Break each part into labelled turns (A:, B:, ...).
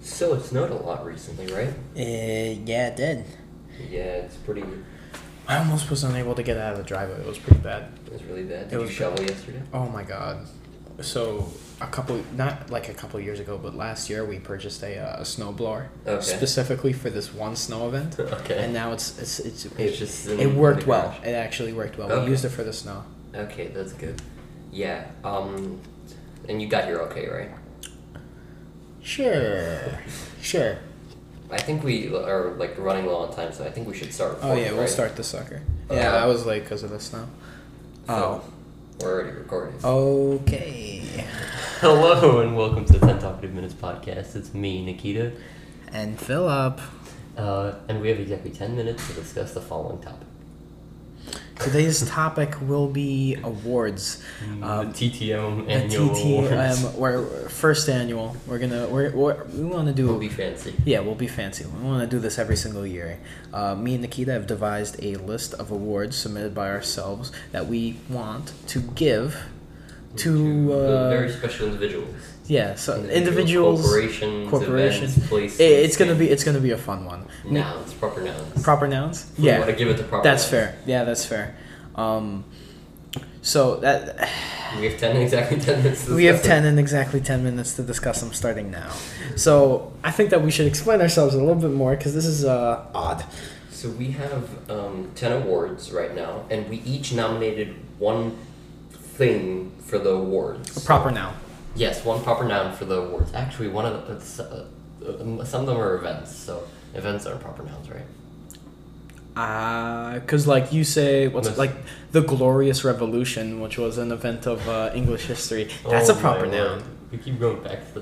A: So it snowed a lot recently, right?
B: Uh, yeah, it did.
A: Yeah, it's pretty.
C: I almost was unable to get out of the driveway. It was pretty bad.
A: It was really bad.
C: It
A: Did you
C: was-
A: shovel yesterday?
C: Oh my god. So a couple, not like a couple years ago, but last year we purchased a, uh, a snow blower
A: Okay.
C: specifically for this one snow event,
A: Okay.
C: and now it's it's it's, it,
A: It's just in
C: it worked
A: the
C: well.
A: garage.
C: It actually worked well.
A: Okay.
C: We used it for the snow.
A: Okay, that's good. Yeah. Um, and you got here okay, right?
C: Sure, sure.
A: I think we are like running low on time, so I think we should start.
C: Oh yeah,
A: recording,
C: we'll
A: right?
C: start the sucker.
A: Uh,
C: Yeah, I was late because of the snow.
A: So, we're already recording.
C: Oh, okay.
A: Hello and welcome to the Ten Talkative Minutes podcast. It's me, Nikita,
C: And Philip.
A: uh, and we have exactly ten minutes to discuss the following topic:
C: Today's topic will be awards. Um,
A: Mm, the TTM
C: the
A: annual awards.
C: TTM, we're first annual. We're gonna we're, we're we want to do.
A: Will be fancy.
C: yeah, we'll be fancy. We want to do this every single year. Uh, me and Nikita have devised a list of awards submitted by ourselves that we want to give to
A: uh, very
C: uh,
A: special individuals,
C: yeah, so
A: Individual
C: individuals,
A: corporations,
C: corporations.
A: events, places.
C: It- it's gonna be it's gonna be a fun one.
A: nouns, proper nouns.
C: Proper nouns.
A: We
C: Yeah,
A: wanna give it the proper.
C: that's
A: nouns.
C: fair. Yeah, that's fair. Um, so that
A: We have ten exactly ten minutes. to
C: we have
A: discuss
C: 10 and exactly 10 minutes to discuss them starting now so i think that we should explain ourselves a little bit more because this is uh, odd
A: it. So we have um, ten awards right now, and we each nominated one thing for the awards.
C: a proper noun
A: Yes, one proper noun for the awards. Actually, one of the, it's, uh, um, some of them are events, so events aren't proper nouns, right?
C: because Uh, like you say what's it,
A: Miss-
C: like the glorious revolution which was an event of uh, english history that's
A: Oh
C: a proper
A: my
C: noun
A: word. We keep going back to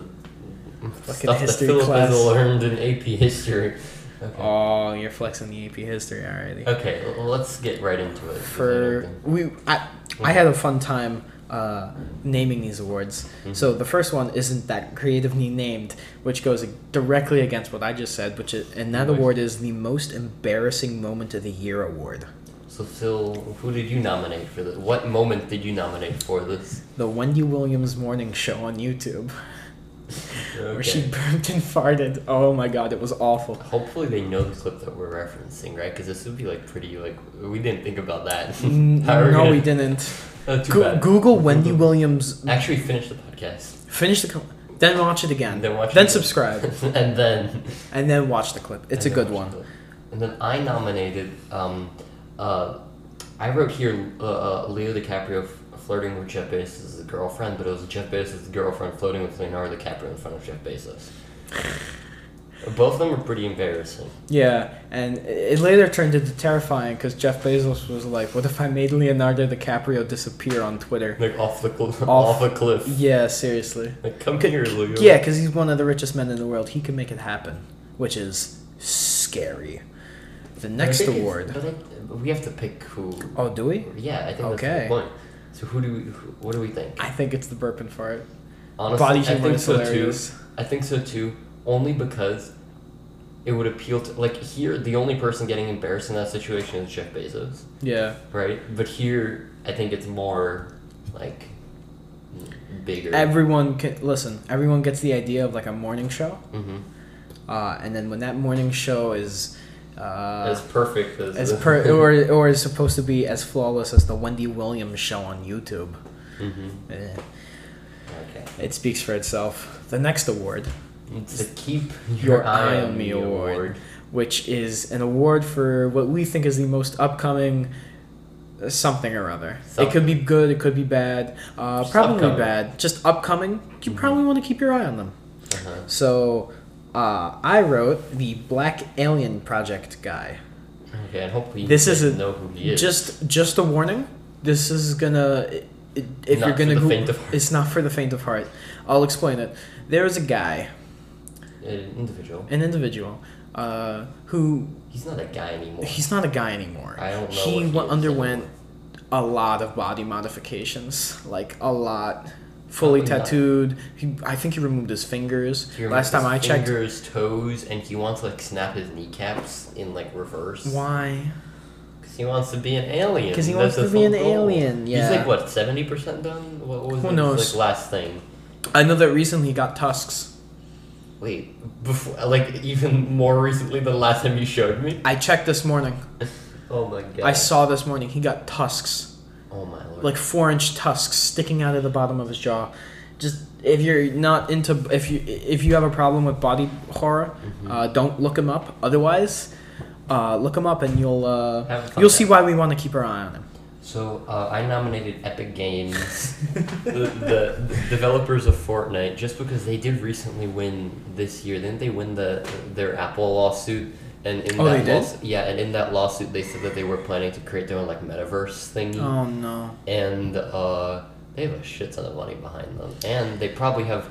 A: the stuff
C: history
A: that Philip
C: class.
A: has learned in AP history. Okay,
C: oh you're flexing the ap history already
A: okay l- let's get right into it.
C: for we I, I had a fun time uh, naming these awards.
A: Mm-hmm.
C: So the first one isn't that creatively named, which goes directly against what I just said, which is and that
A: Nice.
C: award is the most embarrassing moment of the year award.
A: So Phil, who did you nominate for this? What moment did you nominate for this?
C: The Wendy Williams morning show on YouTube where she
A: Okay.
C: burped and farted. Oh my god, it was awful.
A: Hopefully they know the clip that we're referencing, right? Because this would be like pretty like we didn't think about that.
C: N-
A: How are
C: no,
A: gonna-
C: we didn't.
A: Oh, too
C: Go-
A: bad.
C: Google Wendy Williams.
A: Actually, finish the podcast
C: Finish the. Com- then watch it again.
A: and then watch.
C: Then
A: it.
C: subscribe.
A: and then
C: and then watch the clip. It's a
A: and then
C: good
A: watch
C: one.
A: the clip. And then I nominated. Um, uh, I wrote here uh, uh, Leo DiCaprio f- flirting with Jeff Bezos' girlfriend, but it was Jeff Bezos' girlfriend flirting with Leonardo DiCaprio in front of Jeff Bezos. Both of them are pretty embarrassing.
C: Yeah, and it later turned into terrifying because Jeff Bezos was like, "What if I made Leonardo DiCaprio disappear on Twitter?"
A: Like off the cliff. Off,
C: Off-
A: a cliff.
C: Yeah, seriously.
A: Like come here, Leo.
C: Yeah, because he's one of the richest men in the world. He can make it happen, which is scary. The
A: I
C: next
A: think it's-
C: award.
A: But I, we have to pick who.
C: Oh, do we?
A: Yeah, I think
C: Okay.
A: that's the point. So who do we? Who, what do we think?
C: I think it's the burp and fart.
A: Honestly,
C: Body
A: I
C: humor
A: think
C: is
A: so
C: hilarious.
A: too. I think so too. Only because it would appeal to like here. The only person getting embarrassed in that situation is Jeff Bezos,
C: Yeah.
A: right? But here, I think it's more like bigger.
C: Everyone can listen. Everyone gets the idea of like a morning show,
A: mm-hmm.
C: uh, and then when that morning show is. Uh,
A: as perfect as,
C: as
A: the-
C: per or or is supposed to be as flawless as the Wendy Williams show on YouTube.
A: Mhm.
C: Eh,
A: Okay.
C: It speaks for itself. The next award,
A: It's the keep
C: Your Eye on Me award. which is an award for what we think is the most upcoming uh, something or other. It could be good, it could be bad, uh,
A: Just
C: probably
A: upcoming.
C: bad. Just upcoming, you probably want to keep your eye on them.
A: Uh-huh.
C: So, uh, I wrote the Black Alien Project guy.
A: Okay, and hopefully
C: This
A: you
C: is
A: guys
C: a-
A: know who he is.
C: Just just a warning. This is gonna i- i- if
A: Not
C: you're gonna
A: for the
C: Goo-
A: faint of heart.
C: it's not for the faint of heart. I'll explain it. There is a guy,
A: an individual.
C: an individual, uh, who
A: He's not a guy anymore.
C: he's not a guy anymore.
A: I don't know
C: He
A: what he
C: wa-
A: is
C: underwent a lot of body modifications, like a lot. Fully
A: Probably not.
C: tattooed. He, I think he removed his fingers.
A: He removes
C: Last time
A: his
C: I checked.
A: fingers, toes, and he wants to like snap his kneecaps in like reverse.
C: Why?
A: Because he wants to be an alien.
C: 'Cause he
A: That's
C: wants to
A: his
C: be an
A: whole goal.
C: alien, yeah.
A: He's like what seventy percent done. What was
C: Who
A: his,
C: knows?
A: like last thing?
C: I know that recently he got tusks.
A: Wait, before like even more recently than the last time you showed me.
C: I checked this morning.
A: Oh my god.
C: I saw this morning. He got tusks,
A: Oh my lord.
C: like four inch tusks, sticking out of the bottom of his jaw. Just if you're not into if you if you have a problem with body horror,
A: Mm-hmm.
C: uh, don't look him up. Otherwise, uh, look him up and you'll
A: Have a
C: uh,
A: fun
C: you'll see
A: time.
C: why we want to keep our eye on him.
A: So uh, I nominated Epic Games, the, the, the developers of Fortnite, just because they did recently win this year. Didn't they win the their Apple lawsuit? And in
C: Oh,
A: that
C: they did?
A: laws- yeah, and in that lawsuit, they said that they were planning to create their own like metaverse thingy,
C: Oh no!
A: and uh, they have a shit ton of money behind them, and they probably have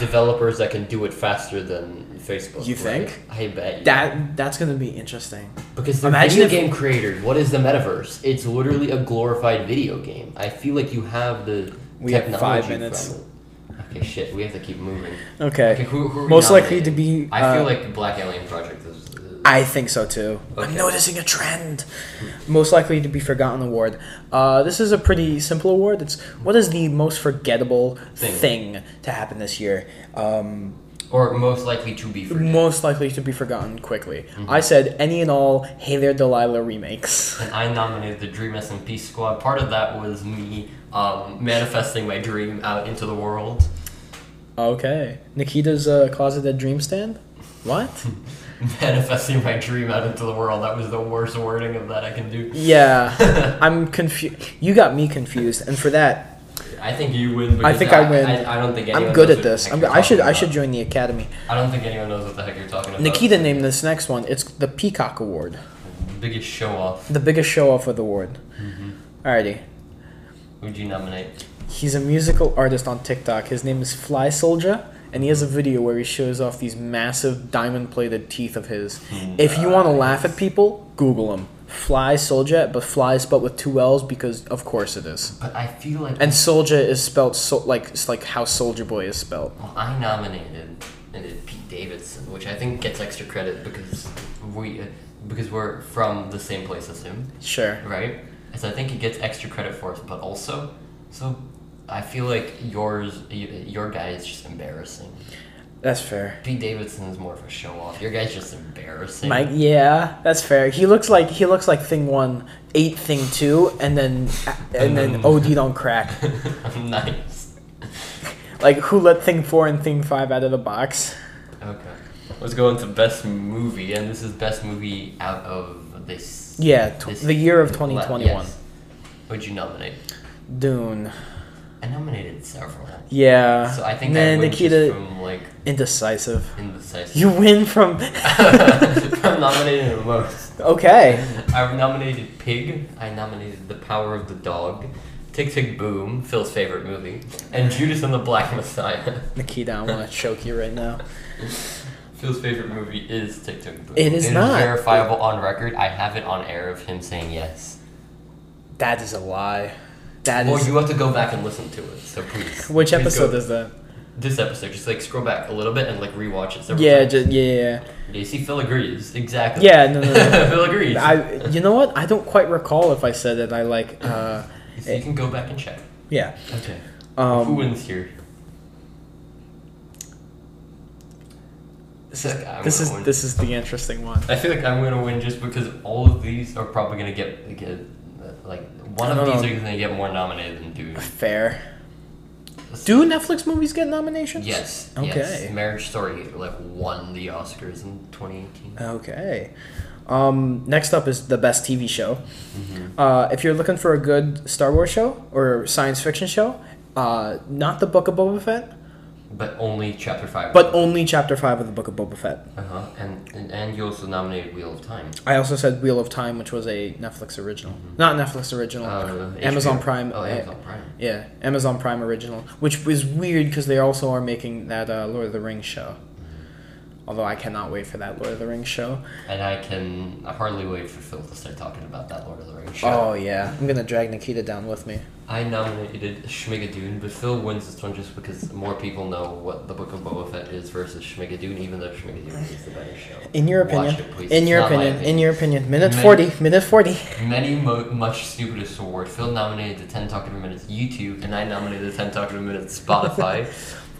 A: developers that can do it faster than Facebook.
C: You
A: right?
C: think?
A: I bet you.
C: That that's gonna be interesting.
A: Because they're
C: Imagine
A: video
C: if-
A: game creators. What is the metaverse? It's literally a glorified video game. I feel like you have the
C: We have
A: technology
C: five minutes.
A: From it. Okay, shit. We have to keep moving.
C: Okay.
A: Okay, who, who are we
C: Most likely to
A: nominating?
C: be,
A: I feel
C: uh,
A: like Black Alien Project is. is-
C: I think so too. I'm
A: Okay.
C: noticing a trend. Most likely to be forgotten award. Uh, this is a pretty simple award. It's what is the most forgettable
A: Thing.
C: thing, to happen this year? Um,
A: or most likely to be. Forgotten.
C: most likely to be forgotten quickly. I
A: Mm-hmm.
C: said any and all Hey There Delilah remakes.
A: and I nominated the Dream S and Peace Squad. Part of that was me um, manifesting my dream out into the world.
C: Okay. Nikita's uh, Closeted Dream Stand? What?
A: manifesting my dream out into the world. That was the worst wording of that I can do.
C: yeah. I'm confused. You got me confused, and for that,
A: I think you win.
C: I
A: because
C: think I win.
A: I, I don't think anyone
C: I'm good
A: knows
C: at
A: what the
C: this.
A: heck
C: I'm,
A: you're
C: I should
A: talking
C: I should
A: about. Uh-huh.
C: join the academy.
A: I don't think anyone knows what the heck you're talking about.
C: Nikita named this next one. It's the Peacock Award,
A: Biggest show off.
C: the biggest show off of the award. Alrighty,
A: Who'd you nominate?
C: he's a musical artist on TikTok. His name is Fly Soldier, and he has a video where he shows off these massive diamond-plated teeth of his. If you want to laugh at people, Google him. Fly Soldier, but fly is spelled with two L's because of course it is.
A: But I feel like
C: And Soldier is spelled so, like it's like how Soldier Boy is spelled.
A: well, I nominated and it Pete Davidson, which I think gets extra credit because we uh, because we're from the same place as him,
C: Sure.
A: right? So I think he gets extra credit for it, but also so I feel like yours y- your guy is just embarrassing.
C: That's fair.
A: Pete Davidson is more of a show off. Your guy's just embarrassing.
C: Mike, yeah, that's fair. He looks like he looks like thing one, eight thing two, and then and then OD on crack.
A: nice.
C: Like who let thing four and thing five out of the box?
A: Okay. Let's go into best movie, and this is best movie out of this.
C: Yeah, tw- the year of 2021.
A: Yes. What'd you nominate?
C: Dune.
A: I nominated several.
C: Yeah.
A: So I think I
C: Man,
A: win
C: Nikita
A: just from like
C: indecisive.
A: indecisive.
C: You win from.
A: I'm nominating the most.
C: okay.
A: I nominated Pig. I nominated The Power of the Dog. Tick Tick Boom, Phil's favorite movie, and Judas and the Black Messiah.
C: Nikita, I want to choke you right now.
A: Phil's favorite movie is Tick Tick Boom.
C: It is not.
A: verifiable on record. I have it on air of him saying yes.
C: That is a lie. That
A: Well,
C: is.
A: you have to go back and listen to it. So please.
C: Which
A: please
C: episode
A: go-
C: is that?
A: this episode? Just like scroll back a little bit and like rewatch it. Several
C: Yeah,
A: times.
C: ju- yeah, yeah,
A: You see, Phil agrees exactly.
C: yeah. No, no, no.
A: Phil agrees.
C: I, you know what? I don't quite recall if I said it. I like, uh,
A: so you can go back and check.
C: yeah.
A: Okay. Who
C: Um,
A: wins here?
C: this
A: Fuck, I'm
C: is this
A: gonna
C: is
A: win.
C: this is the interesting one.
A: I feel like I'm gonna win just because all of these are probably gonna get get uh, like one
C: I
A: of
C: don't
A: these
C: know.
A: are gonna get more nominated than Dune.
C: Fair. Do Netflix movies get nominations?
A: Yes.
C: Okay.
A: Yes. Marriage Story like won the Oscars in 2018.
C: Uh. Okay. Um, next up is the best TV show.
A: Mm-hmm.
C: Uh, if you're looking for a good Star Wars show or science fiction show, uh, not the Book of Boba Fett,
A: But only Chapter Five.
C: but only Chapter Five of the Book of Boba Fett.
A: Uh huh. And, and and you also nominated Wheel of Time.
C: I also said Wheel of Time, which was a Netflix original,
A: Mm-hmm.
C: not Netflix original,
A: Uh,
C: Oh, Amazon
A: HBO.
C: Prime.
A: Oh,
C: eh,
A: Amazon Prime.
C: Yeah, Amazon Prime original, which was weird because they also are making that uh, Lord of the Rings show. Although I cannot wait for that Lord of the Rings show.
A: And I can hardly wait for Phil to start talking about that Lord of the Rings show.
C: Oh yeah, I'm gonna drag Nikita down with me.
A: I nominated Schmigadoon, but Phil wins this one just because more people know what the Book of Boba Fett is versus Schmigadoon, even though Schmigadoon is the better show.
C: In your
A: Watch
C: opinion,
A: it, please.
C: in
A: It's
C: your
A: not my
C: opinion, in your opinion, minute
A: Many-
C: forty, minute forty.
A: Many mo- much stupidest award. Phil nominated the 10 Talkative Minutes YouTube, and I nominated the 10 Talkative Minutes Spotify.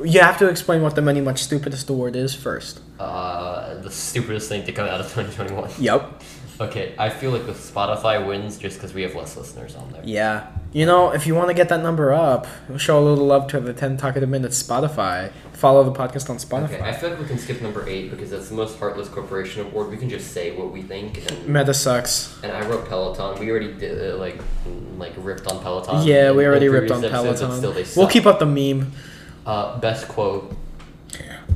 C: You have to explain what the many much stupidest award is first.
A: Uh, the stupidest thing to come out of 2021.
C: Yep.
A: Okay, I feel like the Spotify wins just because we have less listeners on there.
C: Yeah. You know, if you want to get that number up, show a little love to the 10 Talkative Minutes Spotify. Follow the podcast on Spotify.
A: Okay, I feel like we can skip number eight because that's the most heartless corporation award. We can just say what we think. And,
C: Meta sucks.
A: and I wrote Peloton. We already did uh, like mm, like ripped on Peloton.
C: yeah,
A: in-
C: we
A: Um, in
C: already ripped
A: previous
C: on
A: episodes, but
C: Peloton.
A: Still, they
C: we'll
A: suck.
C: keep up the meme.
A: uh, best quote.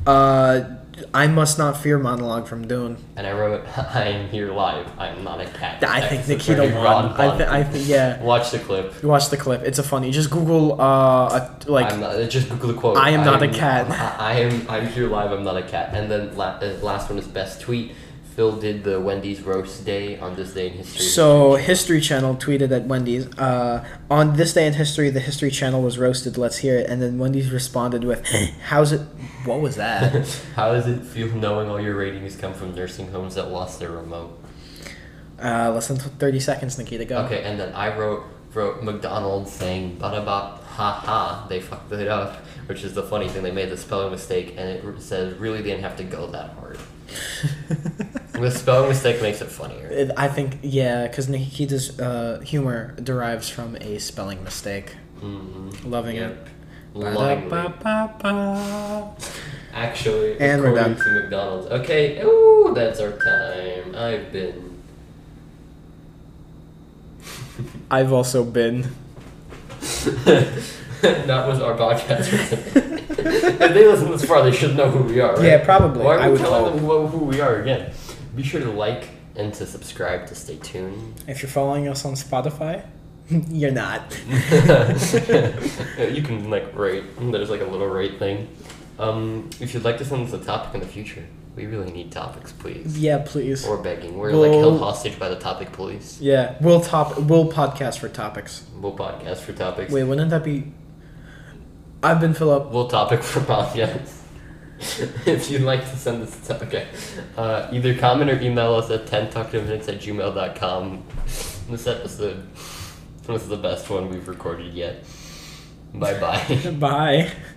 C: Uh, I must not fear monologue from Dune.
A: And I wrote, "I am here live. I am not a cat."
C: I think
A: That's
C: Nikita
A: very Ron
C: won. I, th-
A: Bond.
C: I think yeah.
A: Watch the clip.
C: Watch the clip. It's a funny. Just Google uh a, like
A: I'm not, just Google the quote.
C: I am not a cat.
A: I, I am. I'm here live. I'm not a cat. And then la- uh, last one is best tweet. Phil did the Wendy's roast day on this day in history.
C: So History Channel tweeted at Wendy's uh, on this day in history. The History Channel was roasted. Let's hear it. And then Wendy's responded with, "How's it? What was that?
A: How does it feel knowing all your ratings come from nursing homes that lost their remote?
C: Uh, less than thirty seconds, Nikita. Go.
A: Okay, and then I wrote wrote McDonald's saying bada bop ha ha they fucked it up, which is the funny thing they made the spelling mistake and it r- says really didn't have to go that hard. the spelling mistake makes it funnier.
C: It- I think yeah, because Nikita's uh, humor derives from a spelling mistake.
A: Mm,
C: Loving it.
A: yep. Lovingly.
C: Ba-da-ba-ba-ba.
A: Actually,
C: And we're
A: according
C: done.
A: to McDonald's. Okay, ooh, that's our time. I've been.
C: I've also been.
A: that was our podcast. if they listen this far, they should know who we are. Right?
C: Yeah, probably.
A: Why
C: I
A: are we
C: would
A: telling them who, who we are again? Be sure to like and to subscribe to stay tuned.
C: If you're following us on Spotify, you're not.
A: you can like rate. There's like a little rate thing. Um, if you'd like to send us a topic in the future, we really need topics, please.
C: yeah, please.
A: Or begging. We're like
C: Well-
A: held hostage by the topic police.
C: Yeah, we'll top. We'll podcast for topics.
A: We'll podcast for topics.
C: Wait, wouldn't that be? I've been Philip.
A: We'll topic for podcasts. if you'd like to send us to, okay. Uh, either comment or email us at 10 minutes at gmail.com. This episode was the best one we've recorded yet. Bye bye.
C: Bye.